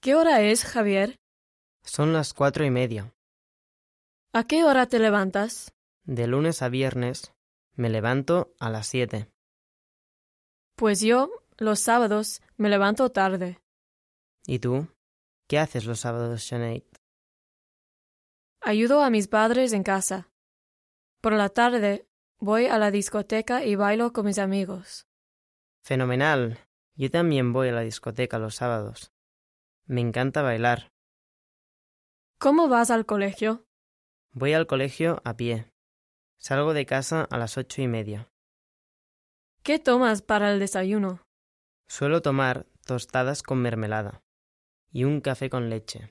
¿Qué hora es, Javier? Son las cuatro y media. ¿A qué hora te levantas? De lunes a viernes me levanto a las siete. Pues yo, los sábados, me levanto tarde. ¿Y tú? ¿Qué haces los sábados, Sinead? Ayudo a mis padres en casa. Por la tarde, voy a la discoteca y bailo con mis amigos. Fenomenal. Yo también voy a la discoteca los sábados. Me encanta bailar. ¿Cómo vas al colegio? Voy al colegio a pie. Salgo de casa a las ocho y media. ¿Qué tomas para el desayuno? Suelo tomar tostadas con mermelada y un café con leche.